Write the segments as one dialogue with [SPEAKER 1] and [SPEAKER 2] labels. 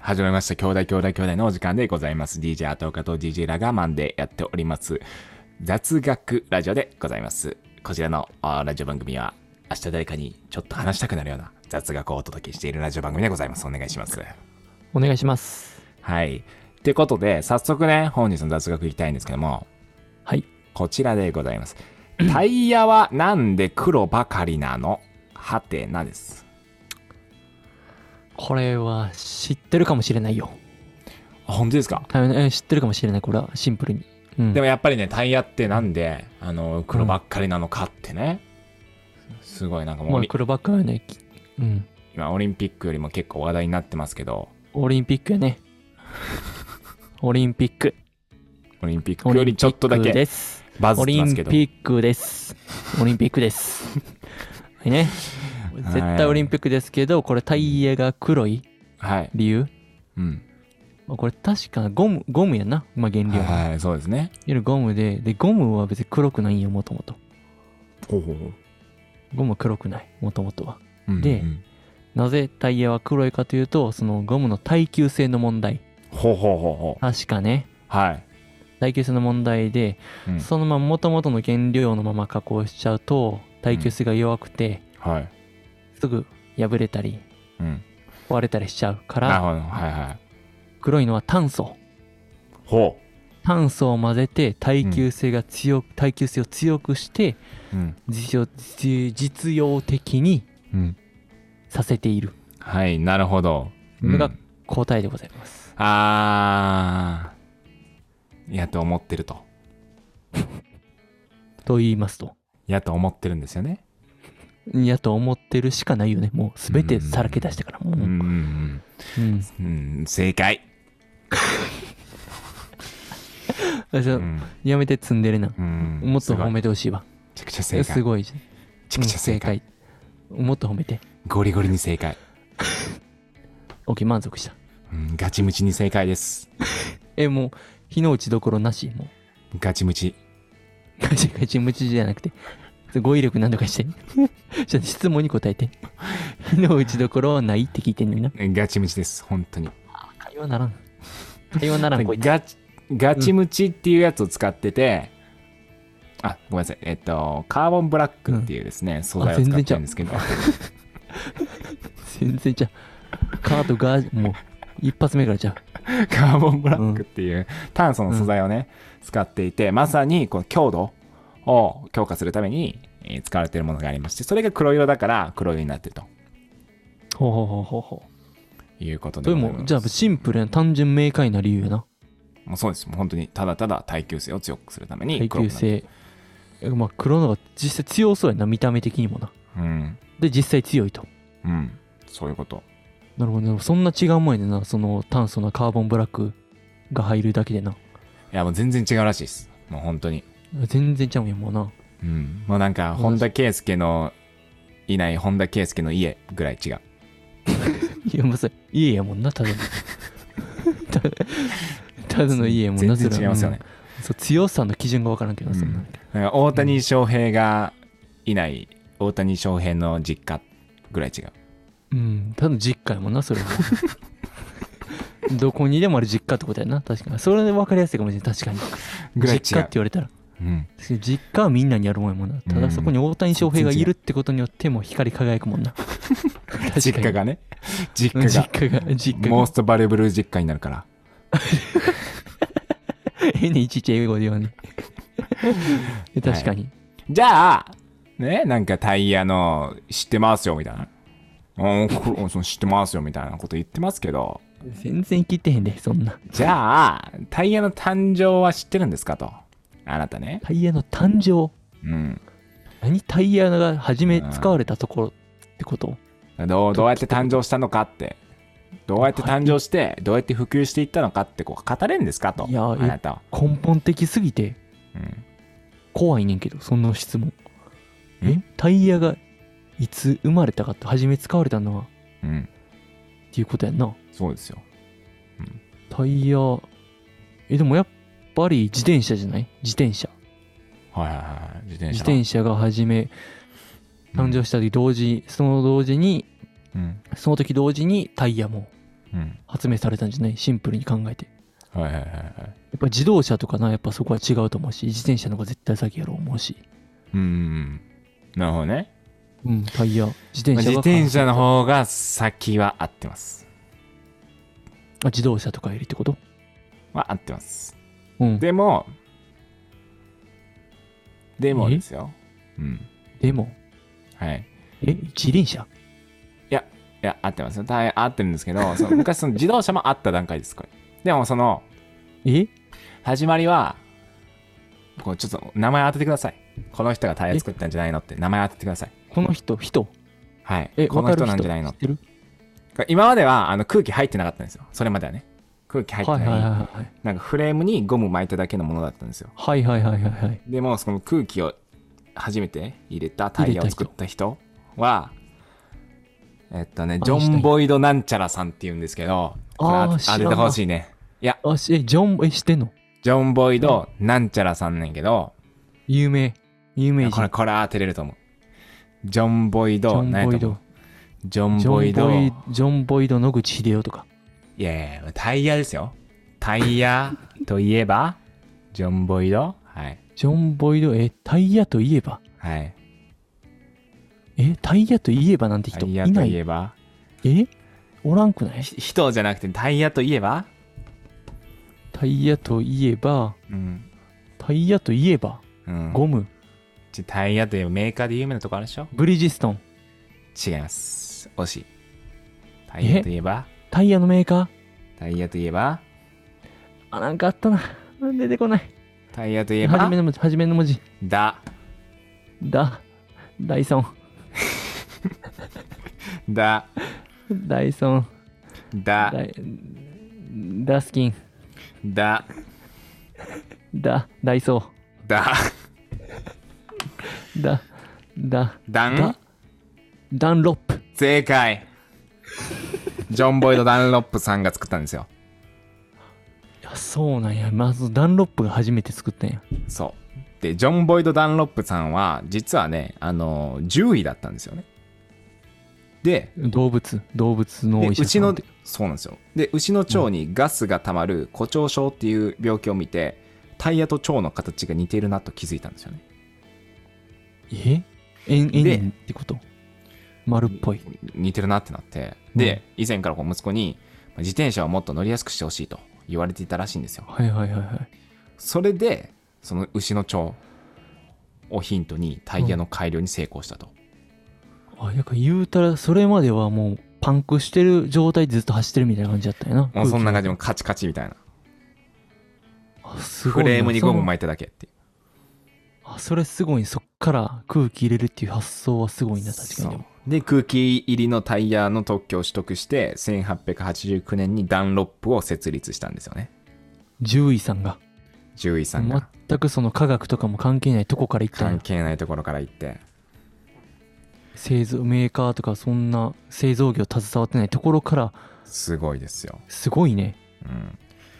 [SPEAKER 1] 始まりました。兄弟兄弟兄弟のお時間でございます。DJ アトーカと DJ ラガマンでやっております。雑学ラジオでございます。こちらのあラジオ番組は、明日誰かにちょっと話したくなるような雑学をお届けしているラジオ番組でございます。お願いします。
[SPEAKER 2] お願いします。
[SPEAKER 1] はい。ってことで、早速ね、本日の雑学いきたいんですけども、
[SPEAKER 2] はい。
[SPEAKER 1] こちらでござい ます。タイヤはなんで黒ばかりなのはてなです。
[SPEAKER 2] これは知ってるかもしれないよ。
[SPEAKER 1] あ本当ですか
[SPEAKER 2] あえ知ってるかもしれない、これはシンプルに。うん、
[SPEAKER 1] でもやっぱりね、タイヤってなんで、あの、黒ばっかりなのかってね。すごいなんかもう
[SPEAKER 2] も
[SPEAKER 1] オ
[SPEAKER 2] う
[SPEAKER 1] リ、
[SPEAKER 2] 黒ばっかりね、きうん。
[SPEAKER 1] 今オリンピックよりも結構話題になってますけど、
[SPEAKER 2] オリンピックやね。オリンピック。
[SPEAKER 1] オリンピッ
[SPEAKER 2] オ
[SPEAKER 1] ク
[SPEAKER 2] リ
[SPEAKER 1] よ
[SPEAKER 2] ンピ
[SPEAKER 1] りちょっとだ
[SPEAKER 2] ック
[SPEAKER 1] け
[SPEAKER 2] です。
[SPEAKER 1] バズっ
[SPEAKER 2] オ
[SPEAKER 1] て
[SPEAKER 2] リ
[SPEAKER 1] ま
[SPEAKER 2] ン
[SPEAKER 1] す
[SPEAKER 2] ピ
[SPEAKER 1] けど。
[SPEAKER 2] ックです。オリンピックです。 はいね。絶対オリンピックですけど、これタイヤが黒い
[SPEAKER 1] はい。
[SPEAKER 2] 理由。
[SPEAKER 1] うん。
[SPEAKER 2] まあこれ確かゴム、ゴムやんな。まあ原料は。いわ
[SPEAKER 1] はい、そうですね。
[SPEAKER 2] ゆるゴムで、で、ゴムは別に黒くないんよ、もともと。
[SPEAKER 1] ほうほうほう
[SPEAKER 2] ゴムは黒くない、もともとは。
[SPEAKER 1] うん
[SPEAKER 2] で
[SPEAKER 1] うん
[SPEAKER 2] なぜタイヤは黒いかというと、そのゴムの耐久性の問題。
[SPEAKER 1] ほうほうほうほう。
[SPEAKER 2] 確かね。
[SPEAKER 1] はい。
[SPEAKER 2] 耐久性の問題で、
[SPEAKER 1] うん
[SPEAKER 2] そのまま元々の原料のまま加工しちゃうと、耐久性が弱くて、
[SPEAKER 1] はい。
[SPEAKER 2] すぐ破れたり、
[SPEAKER 1] うん。
[SPEAKER 2] 壊れたりしちゃうか
[SPEAKER 1] なる
[SPEAKER 2] ら、
[SPEAKER 1] ほど。はいはい。
[SPEAKER 2] 黒いのは炭素。
[SPEAKER 1] ほ
[SPEAKER 2] 炭素を混ぜて耐久性が強く、耐久性を強くして、
[SPEAKER 1] う。うん。
[SPEAKER 2] 実用、実実用的に
[SPEAKER 1] うん。
[SPEAKER 2] させている
[SPEAKER 1] はい、なるほど。
[SPEAKER 2] の
[SPEAKER 1] う
[SPEAKER 2] が
[SPEAKER 1] ん
[SPEAKER 2] 答えでございます。
[SPEAKER 1] あー。やと思ってると。
[SPEAKER 2] と言いますと。
[SPEAKER 1] やと思ってるんですよね。
[SPEAKER 2] やと思ってるしかないよね。もう全てさらけ出したから、もう。
[SPEAKER 1] うん
[SPEAKER 2] うん
[SPEAKER 1] うんうん、うん正解。
[SPEAKER 2] あじゃあ
[SPEAKER 1] うん
[SPEAKER 2] やめて積んでるな。
[SPEAKER 1] うん
[SPEAKER 2] もっと
[SPEAKER 1] すごい
[SPEAKER 2] 褒めてほしいわ。
[SPEAKER 1] めちゃくちゃ正解。
[SPEAKER 2] えす
[SPEAKER 1] め
[SPEAKER 2] ごいじゃん。
[SPEAKER 1] ちゃくちゃ正解。
[SPEAKER 2] うん。正解もっと褒めて。
[SPEAKER 1] ゴリゴリに正解。
[SPEAKER 2] OK、満足した。
[SPEAKER 1] うん、ガチムチに正解です。
[SPEAKER 2] え、もう、日の打ちどころなし。も
[SPEAKER 1] ガチムチ。
[SPEAKER 2] う、 ガチガチムチじゃなくて、語彙力何とかして。 ちょっと質問に答えて。日の打ちどころはないって聞いてんのにな。
[SPEAKER 1] ガチムチです、本当に。
[SPEAKER 2] 会話ならん。会話ならん、こいつ。
[SPEAKER 1] ガチ、ガチムチっていうやつを使ってて、あ、ごめんなさい。えっと、カーボンブラックっていうですね、素材を使ってるんですけど、
[SPEAKER 2] 全然ちゃう。カードが、もう、一発目からちゃう。
[SPEAKER 1] カーボンブラックっていう炭素の素材をね、使っていて、まさにこの強度を強化するためにえー使われているものがありまして、それが黒色だから黒色になってると
[SPEAKER 2] ほうほうほうほうほ
[SPEAKER 1] いうこと
[SPEAKER 2] う。
[SPEAKER 1] で
[SPEAKER 2] で
[SPEAKER 1] ございます。
[SPEAKER 2] も、じゃあ、シンプルな、単純明快な理由やな。
[SPEAKER 1] もうそうです。もう本当にただただ耐久性を強くするために
[SPEAKER 2] 耐
[SPEAKER 1] 黒く
[SPEAKER 2] 久
[SPEAKER 1] なる。
[SPEAKER 2] 性。えまあ、黒の方が実際強そうやな、見た目的にもな。
[SPEAKER 1] うん。
[SPEAKER 2] で、実際強いと。
[SPEAKER 1] うん。そういうこと。
[SPEAKER 2] なるほど、ね、そんな違うもんやねんな、その炭素のカーボンブラックが入るだけでな。
[SPEAKER 1] いや、もう全然違うらしいです。もう本当に。
[SPEAKER 2] 全然ちゃうんやもんな。
[SPEAKER 1] うん。もうなんか、本田圭佑のいない本田圭佑の家ぐらい違う。
[SPEAKER 2] いや、まさ、家やもん な、ただの。ただ ただの家やもんな、
[SPEAKER 1] 全然違いますよね。
[SPEAKER 2] それはうんそう強さの基準がわからんけど、そんな
[SPEAKER 1] うんなんか大谷翔平がいない大谷翔平の実家ぐらい違う。
[SPEAKER 2] うん、ただの実家やもんな、そ れは。どこにでもある実家ってことやな、確かに。それで分かりやすいかもしれない、確かに。
[SPEAKER 1] ぐらい違う。
[SPEAKER 2] 実家って言われたら。
[SPEAKER 1] うん。
[SPEAKER 2] 確かに実家はみんなにあるもんやもんな。ただそこに大谷翔平がいるってことによってもう光り輝くもんな。確かに
[SPEAKER 1] 実家がね。実
[SPEAKER 2] うん
[SPEAKER 1] 家
[SPEAKER 2] 実
[SPEAKER 1] が。
[SPEAKER 2] 家が、実家
[SPEAKER 1] モー
[SPEAKER 2] が
[SPEAKER 1] ス。トバレブル実家になるから。
[SPEAKER 2] ええね、いちいち英語で言わね。 確かに。
[SPEAKER 1] じゃあ、ね、なんかタイヤの知ってますよみたいな。うん、これその知ってますよみたいなこと言ってますけど、
[SPEAKER 2] 全然聞いてへんで、そんな。
[SPEAKER 1] じゃあ、タイヤの誕生は知ってるんですかと。あなたね。
[SPEAKER 2] タイヤの誕生。
[SPEAKER 1] うん。
[SPEAKER 2] 何タイヤが初め
[SPEAKER 1] うん
[SPEAKER 2] 使われたところってこと
[SPEAKER 1] どうどうやって誕生したのかって。どうやって誕生して、どうやって普及していったのかってこう語れるんですかと。
[SPEAKER 2] いや
[SPEAKER 1] あなたは。
[SPEAKER 2] 根本的すぎて
[SPEAKER 1] うん。
[SPEAKER 2] 怖いねんけど、その質問。え
[SPEAKER 1] ん
[SPEAKER 2] タイヤがいつ生まれたかって初め使われたのはっ
[SPEAKER 1] うん。
[SPEAKER 2] ていうことやんな。
[SPEAKER 1] そうですよ。
[SPEAKER 2] タイヤ。え、でもやっぱり自転車じゃない自転車。
[SPEAKER 1] はいはいはい。自転
[SPEAKER 2] 自
[SPEAKER 1] 車。
[SPEAKER 2] 転車が初め誕生した時同時、その同時に
[SPEAKER 1] うん。
[SPEAKER 2] その時同時にタイヤも
[SPEAKER 1] うん。
[SPEAKER 2] 発明されたんじゃないシンプルに考えて。
[SPEAKER 1] はいはいはいはい。
[SPEAKER 2] やっぱ自動車とかな、やっぱそこは違うと思うし、自転車の方が絶対先やろう思うし。
[SPEAKER 1] うんうんうん。なるほどね。
[SPEAKER 2] うん、タイヤ、自
[SPEAKER 1] まあ
[SPEAKER 2] 転車
[SPEAKER 1] 自
[SPEAKER 2] が
[SPEAKER 1] 転車の方が先は合ってます。
[SPEAKER 2] あ自動車とかよりってこと
[SPEAKER 1] は合ってます。
[SPEAKER 2] うん。で
[SPEAKER 1] でも、でもですよ。うん。
[SPEAKER 2] も、
[SPEAKER 1] はい。
[SPEAKER 2] え、一輪車
[SPEAKER 1] いや、合ってますよ。大変合ってるんですけど、その昔その自動車もあった段階です、これ。でもその、
[SPEAKER 2] え
[SPEAKER 1] 始まりは、こうちょっと名前当ててください。この人がタイヤ作ったんじゃないのって名前当ててください。
[SPEAKER 2] この人、人
[SPEAKER 1] はい。
[SPEAKER 2] え、
[SPEAKER 1] こ
[SPEAKER 2] わ
[SPEAKER 1] の
[SPEAKER 2] かる
[SPEAKER 1] 人なんじゃないの
[SPEAKER 2] 知ってる
[SPEAKER 1] 今まではあの空気入ってなかったんですよ。それまではね。空気入って
[SPEAKER 2] は
[SPEAKER 1] ないい。
[SPEAKER 2] はいはい
[SPEAKER 1] なんかフレームにゴム巻いただけのものだったんですよ。
[SPEAKER 2] はい。はいはいはいはいはい。
[SPEAKER 1] でもその空気を初めて入れたタイヤを作った人はえっとね
[SPEAKER 2] あ
[SPEAKER 1] ジ
[SPEAKER 2] の人
[SPEAKER 1] ョン・ボイド・なんちゃらさんって言うんですけどこれ
[SPEAKER 2] あー
[SPEAKER 1] 当て
[SPEAKER 2] 知ら
[SPEAKER 1] 当
[SPEAKER 2] ん
[SPEAKER 1] て
[SPEAKER 2] な
[SPEAKER 1] てほしいねいや
[SPEAKER 2] あ、しえ、ジョン、え、知ってんの
[SPEAKER 1] ジョン・ボイド・なんちゃらさんねんけど
[SPEAKER 2] 有名。有名人。
[SPEAKER 1] これこれ当てれると思うジョン・ボイ
[SPEAKER 2] ジ
[SPEAKER 1] ド
[SPEAKER 2] ョン・
[SPEAKER 1] 何
[SPEAKER 2] ボ
[SPEAKER 1] や
[SPEAKER 2] イ
[SPEAKER 1] と思
[SPEAKER 2] ド
[SPEAKER 1] う。ジョン・
[SPEAKER 2] ジ
[SPEAKER 1] ボイド
[SPEAKER 2] ョン・ボイド、ジョン・ボイド、野口秀夫とか。
[SPEAKER 1] いやいやいやタイヤですよタイヤといえばジョン・ボイドはい
[SPEAKER 2] ジョン・ボイド、え、タイヤといえば。
[SPEAKER 1] はい
[SPEAKER 2] え、タイヤといえばなんて
[SPEAKER 1] タ
[SPEAKER 2] 人
[SPEAKER 1] イ
[SPEAKER 2] い
[SPEAKER 1] ヤと
[SPEAKER 2] ないい
[SPEAKER 1] えば
[SPEAKER 2] えおらんくない
[SPEAKER 1] ひ人じゃなくてタイヤといえば
[SPEAKER 2] タイヤといえば、
[SPEAKER 1] うん
[SPEAKER 2] タイヤといえば、
[SPEAKER 1] うん
[SPEAKER 2] ゴム、
[SPEAKER 1] ちょタイヤというメーカーで有名なとこあるでしょ
[SPEAKER 2] ブリヂストン、
[SPEAKER 1] 違います。惜しい。タイヤといえば
[SPEAKER 2] タイヤのメーカー
[SPEAKER 1] タイヤといえば
[SPEAKER 2] あ、なんかあったな。うん出てこない。
[SPEAKER 1] タイヤといえ
[SPEAKER 2] はじ
[SPEAKER 1] ば
[SPEAKER 2] めの文字、はじめの文字。
[SPEAKER 1] だ、
[SPEAKER 2] だ、ダイソン、
[SPEAKER 1] だ、
[SPEAKER 2] ダイソン、
[SPEAKER 1] だ、
[SPEAKER 2] ダイ、ダスキン、
[SPEAKER 1] だ、
[SPEAKER 2] ダ、ダイソ
[SPEAKER 1] だ、
[SPEAKER 2] ー、ダ、ダ、
[SPEAKER 1] だん
[SPEAKER 2] だ、ダンロップ。
[SPEAKER 1] 正解。ジョン・ボイド・ダンロップさんが作ったんですよ。
[SPEAKER 2] いや、そうなんや。まずダンロップが初めて作ったんや。
[SPEAKER 1] そう。で、ジョン・ボイド・ダンロップさんは、実はね、あの、獣医だったんですよね。で、
[SPEAKER 2] 動物、動物の
[SPEAKER 1] で
[SPEAKER 2] お医者
[SPEAKER 1] 牛
[SPEAKER 2] さん
[SPEAKER 1] の
[SPEAKER 2] って。
[SPEAKER 1] そうなんですよで牛の腸にガスがたまる誇張症っていう病気を見てタイヤと腸の形が似ているなと気づいたんですよね
[SPEAKER 2] え円
[SPEAKER 1] で
[SPEAKER 2] 円ってこと丸っぽい。
[SPEAKER 1] 似てるなってなってで、以前からこう息子に自転車をもっと乗りやすくしてほしいと言われていたらしいんですよ
[SPEAKER 2] はいはいはいはい。
[SPEAKER 1] それでその牛の腸をヒントにタイヤの改良に成功したと、
[SPEAKER 2] あ、やっぱ言うたら、それまではもうパンクしてる状態でずっと走ってるみたいな感じだったんやな。
[SPEAKER 1] もうそんな感じ
[SPEAKER 2] 空
[SPEAKER 1] もカチカチみたいな
[SPEAKER 2] 気があすご
[SPEAKER 1] フ
[SPEAKER 2] いな
[SPEAKER 1] レームにゴム
[SPEAKER 2] その
[SPEAKER 1] 巻いただけっていう
[SPEAKER 2] あ、それすごい。そっから空気入れるっていう発想はすごいな、確かにでも。
[SPEAKER 1] そうで空気入りのタイヤの特許を取得して1889年にダンロップを設立したんですよね
[SPEAKER 2] 獣医さんが。
[SPEAKER 1] 獣医さんが
[SPEAKER 2] 全くその科学とかも関係ないとこから行ったん
[SPEAKER 1] 関
[SPEAKER 2] や。
[SPEAKER 1] 係ないところから行って
[SPEAKER 2] 製造、メーカーとかそんな製造業携わってないところから、
[SPEAKER 1] すごいですよ、
[SPEAKER 2] すごいね。
[SPEAKER 1] うん、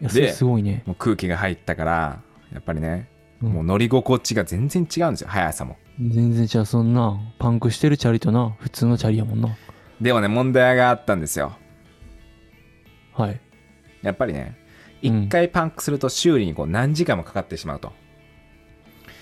[SPEAKER 2] いや、そ
[SPEAKER 1] で
[SPEAKER 2] れすごいね。
[SPEAKER 1] もう空気が入ったからやっぱりね、
[SPEAKER 2] うん
[SPEAKER 1] もう乗り心地が全然違うんですよ速さも
[SPEAKER 2] 全然じゃあそんな、パンクしてるチャリとな、普通のチャリやもんな。
[SPEAKER 1] でもね問題があったんですよ
[SPEAKER 2] はい。
[SPEAKER 1] やっぱりね
[SPEAKER 2] うん
[SPEAKER 1] 一回パンクすると修理にこう何時間もかかってしまうと、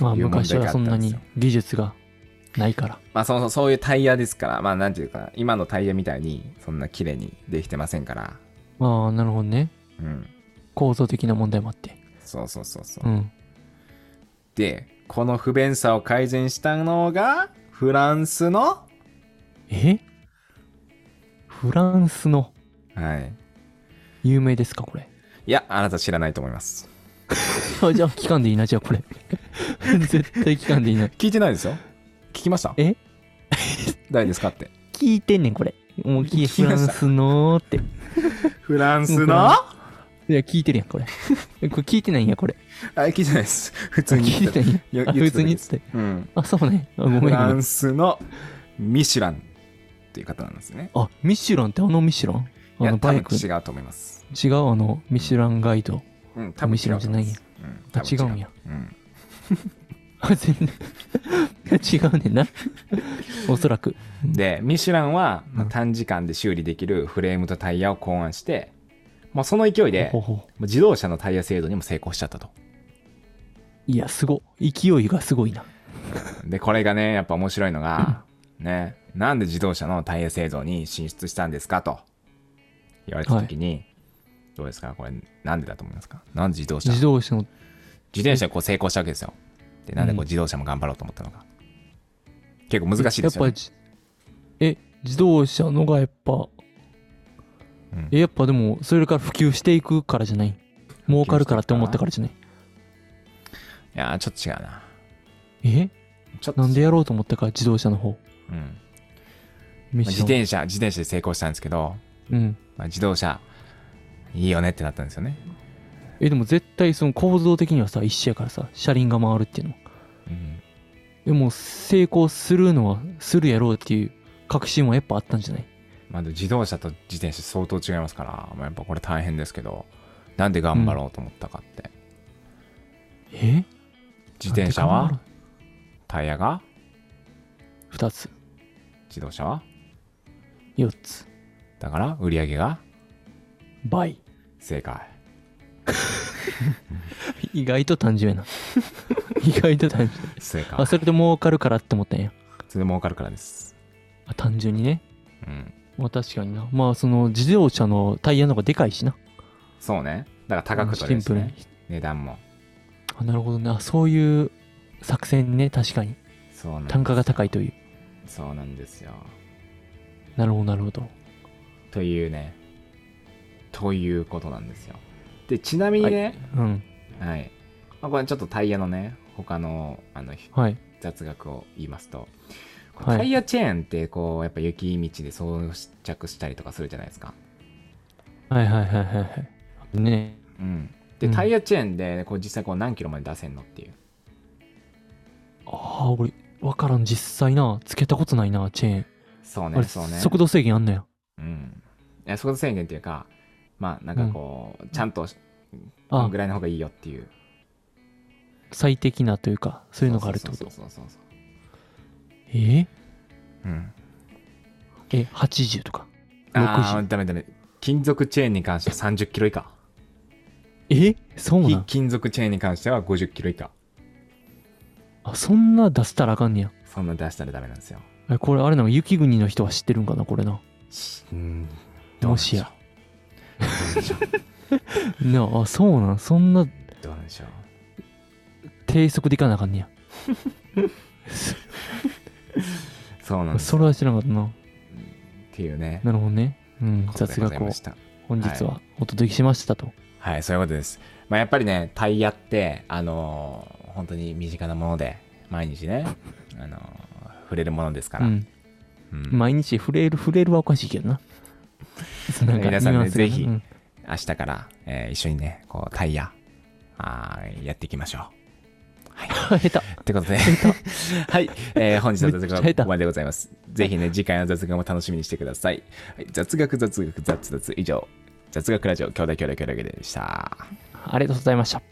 [SPEAKER 2] まあ、
[SPEAKER 1] いう問
[SPEAKER 2] 昔
[SPEAKER 1] 題があっ
[SPEAKER 2] は
[SPEAKER 1] た
[SPEAKER 2] そ
[SPEAKER 1] ん
[SPEAKER 2] ん
[SPEAKER 1] ですよ
[SPEAKER 2] なに技術がないから。
[SPEAKER 1] まあそうそうそういうタイヤですからまあなんていうか今のタイヤみたいにそんな綺麗にできてませんから
[SPEAKER 2] ああ、なるほどね。
[SPEAKER 1] うん
[SPEAKER 2] 構造的な問題もあって。
[SPEAKER 1] そうそうそうそう、
[SPEAKER 2] うん。
[SPEAKER 1] でこの不便さを改善したのがフランスの
[SPEAKER 2] えフランスの
[SPEAKER 1] はい
[SPEAKER 2] 有名ですか、これ。
[SPEAKER 1] いやあなた知らないと思います
[SPEAKER 2] あじゃあ、聞かんでいいな、じゃあ、これ。 絶対聞かんでいいな。
[SPEAKER 1] 聞いてないですよ聞きました
[SPEAKER 2] え
[SPEAKER 1] 誰ですかって
[SPEAKER 2] 聞いてんねん、これ。もう聞い
[SPEAKER 1] 聞き
[SPEAKER 2] フ
[SPEAKER 1] ま
[SPEAKER 2] ラ
[SPEAKER 1] した
[SPEAKER 2] ンスのーって。
[SPEAKER 1] フランス
[SPEAKER 2] フ
[SPEAKER 1] の
[SPEAKER 2] ラン
[SPEAKER 1] あ
[SPEAKER 2] いや、聞いてるや ん、これ。えこれ聞いてないんや、これ。
[SPEAKER 1] 聞いてないです普
[SPEAKER 2] あ
[SPEAKER 1] 通に
[SPEAKER 2] 聞いてないん
[SPEAKER 1] 言
[SPEAKER 2] や。
[SPEAKER 1] っ
[SPEAKER 2] あ、
[SPEAKER 1] てた
[SPEAKER 2] 普通
[SPEAKER 1] 言
[SPEAKER 2] に言
[SPEAKER 1] っ
[SPEAKER 2] ってて。
[SPEAKER 1] うん
[SPEAKER 2] あ、そうね。あごめんご
[SPEAKER 1] フ
[SPEAKER 2] め
[SPEAKER 1] ラ
[SPEAKER 2] ん
[SPEAKER 1] ン。スのミシュランっていう方なんですね
[SPEAKER 2] あ、ミシュランってあのミシュラン
[SPEAKER 1] い
[SPEAKER 2] あ
[SPEAKER 1] や
[SPEAKER 2] の
[SPEAKER 1] 多
[SPEAKER 2] バ
[SPEAKER 1] 分
[SPEAKER 2] イク。
[SPEAKER 1] 違うと思います
[SPEAKER 2] 違う、あの、ミシュランガイド。
[SPEAKER 1] うん多分違うと思います
[SPEAKER 2] ミシュランじゃないんや
[SPEAKER 1] うん多分
[SPEAKER 2] あ違うんや
[SPEAKER 1] うん
[SPEAKER 2] あ全然 違うねんな。おそらく。
[SPEAKER 1] でミシュランは、まあ
[SPEAKER 2] うん
[SPEAKER 1] 短時間で修理できるフレームとタイヤを考案して、まあ、その勢いで
[SPEAKER 2] ほほほ
[SPEAKER 1] まあ自動車のタイヤ制度にも成功しちゃったと
[SPEAKER 2] いや、すご。勢いがすごいな。
[SPEAKER 1] でこれがねやっぱ面白いのが、ねなんで自動車のタイヤ製造に進出したんですかと言われた時に、どうですかこれなんでだと思いますかなんで自動車
[SPEAKER 2] 自
[SPEAKER 1] 自
[SPEAKER 2] 動車の、
[SPEAKER 1] 転車でこう成功したわけですよでなんでこう
[SPEAKER 2] うん
[SPEAKER 1] 自動車も頑張ろうと思ったのか、結構難しいですよ
[SPEAKER 2] や
[SPEAKER 1] ね
[SPEAKER 2] っぱじ、え、自動車のがやっぱ、
[SPEAKER 1] うん
[SPEAKER 2] え、やっぱでも、それから普及していくからじゃない。儲かるからって思ったからじゃない。
[SPEAKER 1] いやーちょっと違うな
[SPEAKER 2] え
[SPEAKER 1] ちょっと
[SPEAKER 2] なんでやろうと思ったから自動車の方。
[SPEAKER 1] うんま
[SPEAKER 2] む
[SPEAKER 1] あ
[SPEAKER 2] し
[SPEAKER 1] 自
[SPEAKER 2] ろ
[SPEAKER 1] 転車自転車で成功したんですけど、
[SPEAKER 2] うん。
[SPEAKER 1] まあ、自動車いいよねってなったんですよね、
[SPEAKER 2] え、でも絶対その構造的にはさ、一緒やからさ、車輪が回るっていうのは。
[SPEAKER 1] うん、
[SPEAKER 2] でも、成功するのは、するやろうっていう確信はやっぱあったんじゃない
[SPEAKER 1] まあ、でも自動車と自転車相当違いますから、まあ、やっぱこれ大変ですけどなんで頑張ろうと思ったかって、
[SPEAKER 2] え
[SPEAKER 1] 自転車はタイヤが
[SPEAKER 2] 二つ、
[SPEAKER 1] 自動車は
[SPEAKER 2] 四つ、
[SPEAKER 1] だから売り上げが
[SPEAKER 2] 倍。
[SPEAKER 1] 正解
[SPEAKER 2] 意外と単純やな。 意外と単純。
[SPEAKER 1] 正解
[SPEAKER 2] あ、それで儲かるからって思ったんや。
[SPEAKER 1] それで儲かるからです
[SPEAKER 2] あ単純にね。
[SPEAKER 1] うん
[SPEAKER 2] まあ確かにな。まあその自動車のタイヤの方がでかいしな。
[SPEAKER 1] そうねだから高く取れるし、
[SPEAKER 2] シン
[SPEAKER 1] ね
[SPEAKER 2] プ、
[SPEAKER 1] 値段も
[SPEAKER 2] あ、なるほどね。あ、そういう作戦ね。確かに。
[SPEAKER 1] そうなんです
[SPEAKER 2] 単価が高いという。
[SPEAKER 1] そうなんですよ
[SPEAKER 2] なるほど、なるほど。
[SPEAKER 1] というねということなんですよでちなみにね、
[SPEAKER 2] うん。
[SPEAKER 1] はいまあ、これちょっとタイヤのね他のあの
[SPEAKER 2] はい。
[SPEAKER 1] 雑学を言いますと、こう
[SPEAKER 2] はい
[SPEAKER 1] タイヤチェーンってこうやっぱ雪道で装着したりとかするじゃないですか、
[SPEAKER 2] はいはいはいはいはい。ね
[SPEAKER 1] うん、で
[SPEAKER 2] うん
[SPEAKER 1] タイヤチェーンでこう実際こう何キロまで出せんのっていう
[SPEAKER 2] ああ、俺、わからん。実際な。つけたことないな、チェーン。
[SPEAKER 1] そう
[SPEAKER 2] あ
[SPEAKER 1] ね
[SPEAKER 2] れ、
[SPEAKER 1] そうね
[SPEAKER 2] 速度制限あんのや。
[SPEAKER 1] うん、いや速度制限っていうかまあなんかこう、ちゃんとこの
[SPEAKER 2] あ
[SPEAKER 1] ぐ、らいの方がいいよっていう
[SPEAKER 2] 最適なというか、そういうのがあるってこと
[SPEAKER 1] そう。そうそうそうそ
[SPEAKER 2] え
[SPEAKER 1] う、うん、
[SPEAKER 2] ー、え、80とか。
[SPEAKER 1] ああ
[SPEAKER 2] 60
[SPEAKER 1] ダメダメ金属チェーンに関しては30キロ以下
[SPEAKER 2] えそうな
[SPEAKER 1] 非
[SPEAKER 2] ん
[SPEAKER 1] 金属チェーンに関しては50キロ以下
[SPEAKER 2] あ、そんな出したらあかんねや。
[SPEAKER 1] そんな出したらダメなんですよ
[SPEAKER 2] えこれ、あれなの、雪国の人は知ってるんかな、これな。
[SPEAKER 1] しうんどうなん
[SPEAKER 2] も
[SPEAKER 1] で
[SPEAKER 2] し
[SPEAKER 1] しょう
[SPEAKER 2] や。なあ、あそうなんそんな
[SPEAKER 1] どうなんでしょう
[SPEAKER 2] 低速でいかなあかんね
[SPEAKER 1] そうなん
[SPEAKER 2] や。
[SPEAKER 1] です
[SPEAKER 2] それは知らなかったな。
[SPEAKER 1] っていうね
[SPEAKER 2] なるほどね。うん、
[SPEAKER 1] ことで
[SPEAKER 2] 雑
[SPEAKER 1] ござい
[SPEAKER 2] 学を
[SPEAKER 1] ました
[SPEAKER 2] 本日はお届けしましたと。
[SPEAKER 1] はいそういうことです、まあ、やっぱりねタイヤってあのー本当に身近なもので毎日ね、あのー触れるものですから、
[SPEAKER 2] うん。
[SPEAKER 1] うん
[SPEAKER 2] 毎日触れる、触れるはおかしいけ どな。そうなんか
[SPEAKER 1] 皆さんね
[SPEAKER 2] ニュアンスが
[SPEAKER 1] ぜひ
[SPEAKER 2] うん
[SPEAKER 1] 明日から、えー一緒にねこうタイヤあーやっていきましょ
[SPEAKER 2] あ下手。
[SPEAKER 1] うってことで はい、えー本日の雑学は
[SPEAKER 2] めっちゃ下手
[SPEAKER 1] ここまででございますぜひね次回の雑学も楽しみにしてください、はい、雑学雑学雑雑以上雑学ラジオ兄弟兄弟兄弟でした
[SPEAKER 2] ありがとうございました。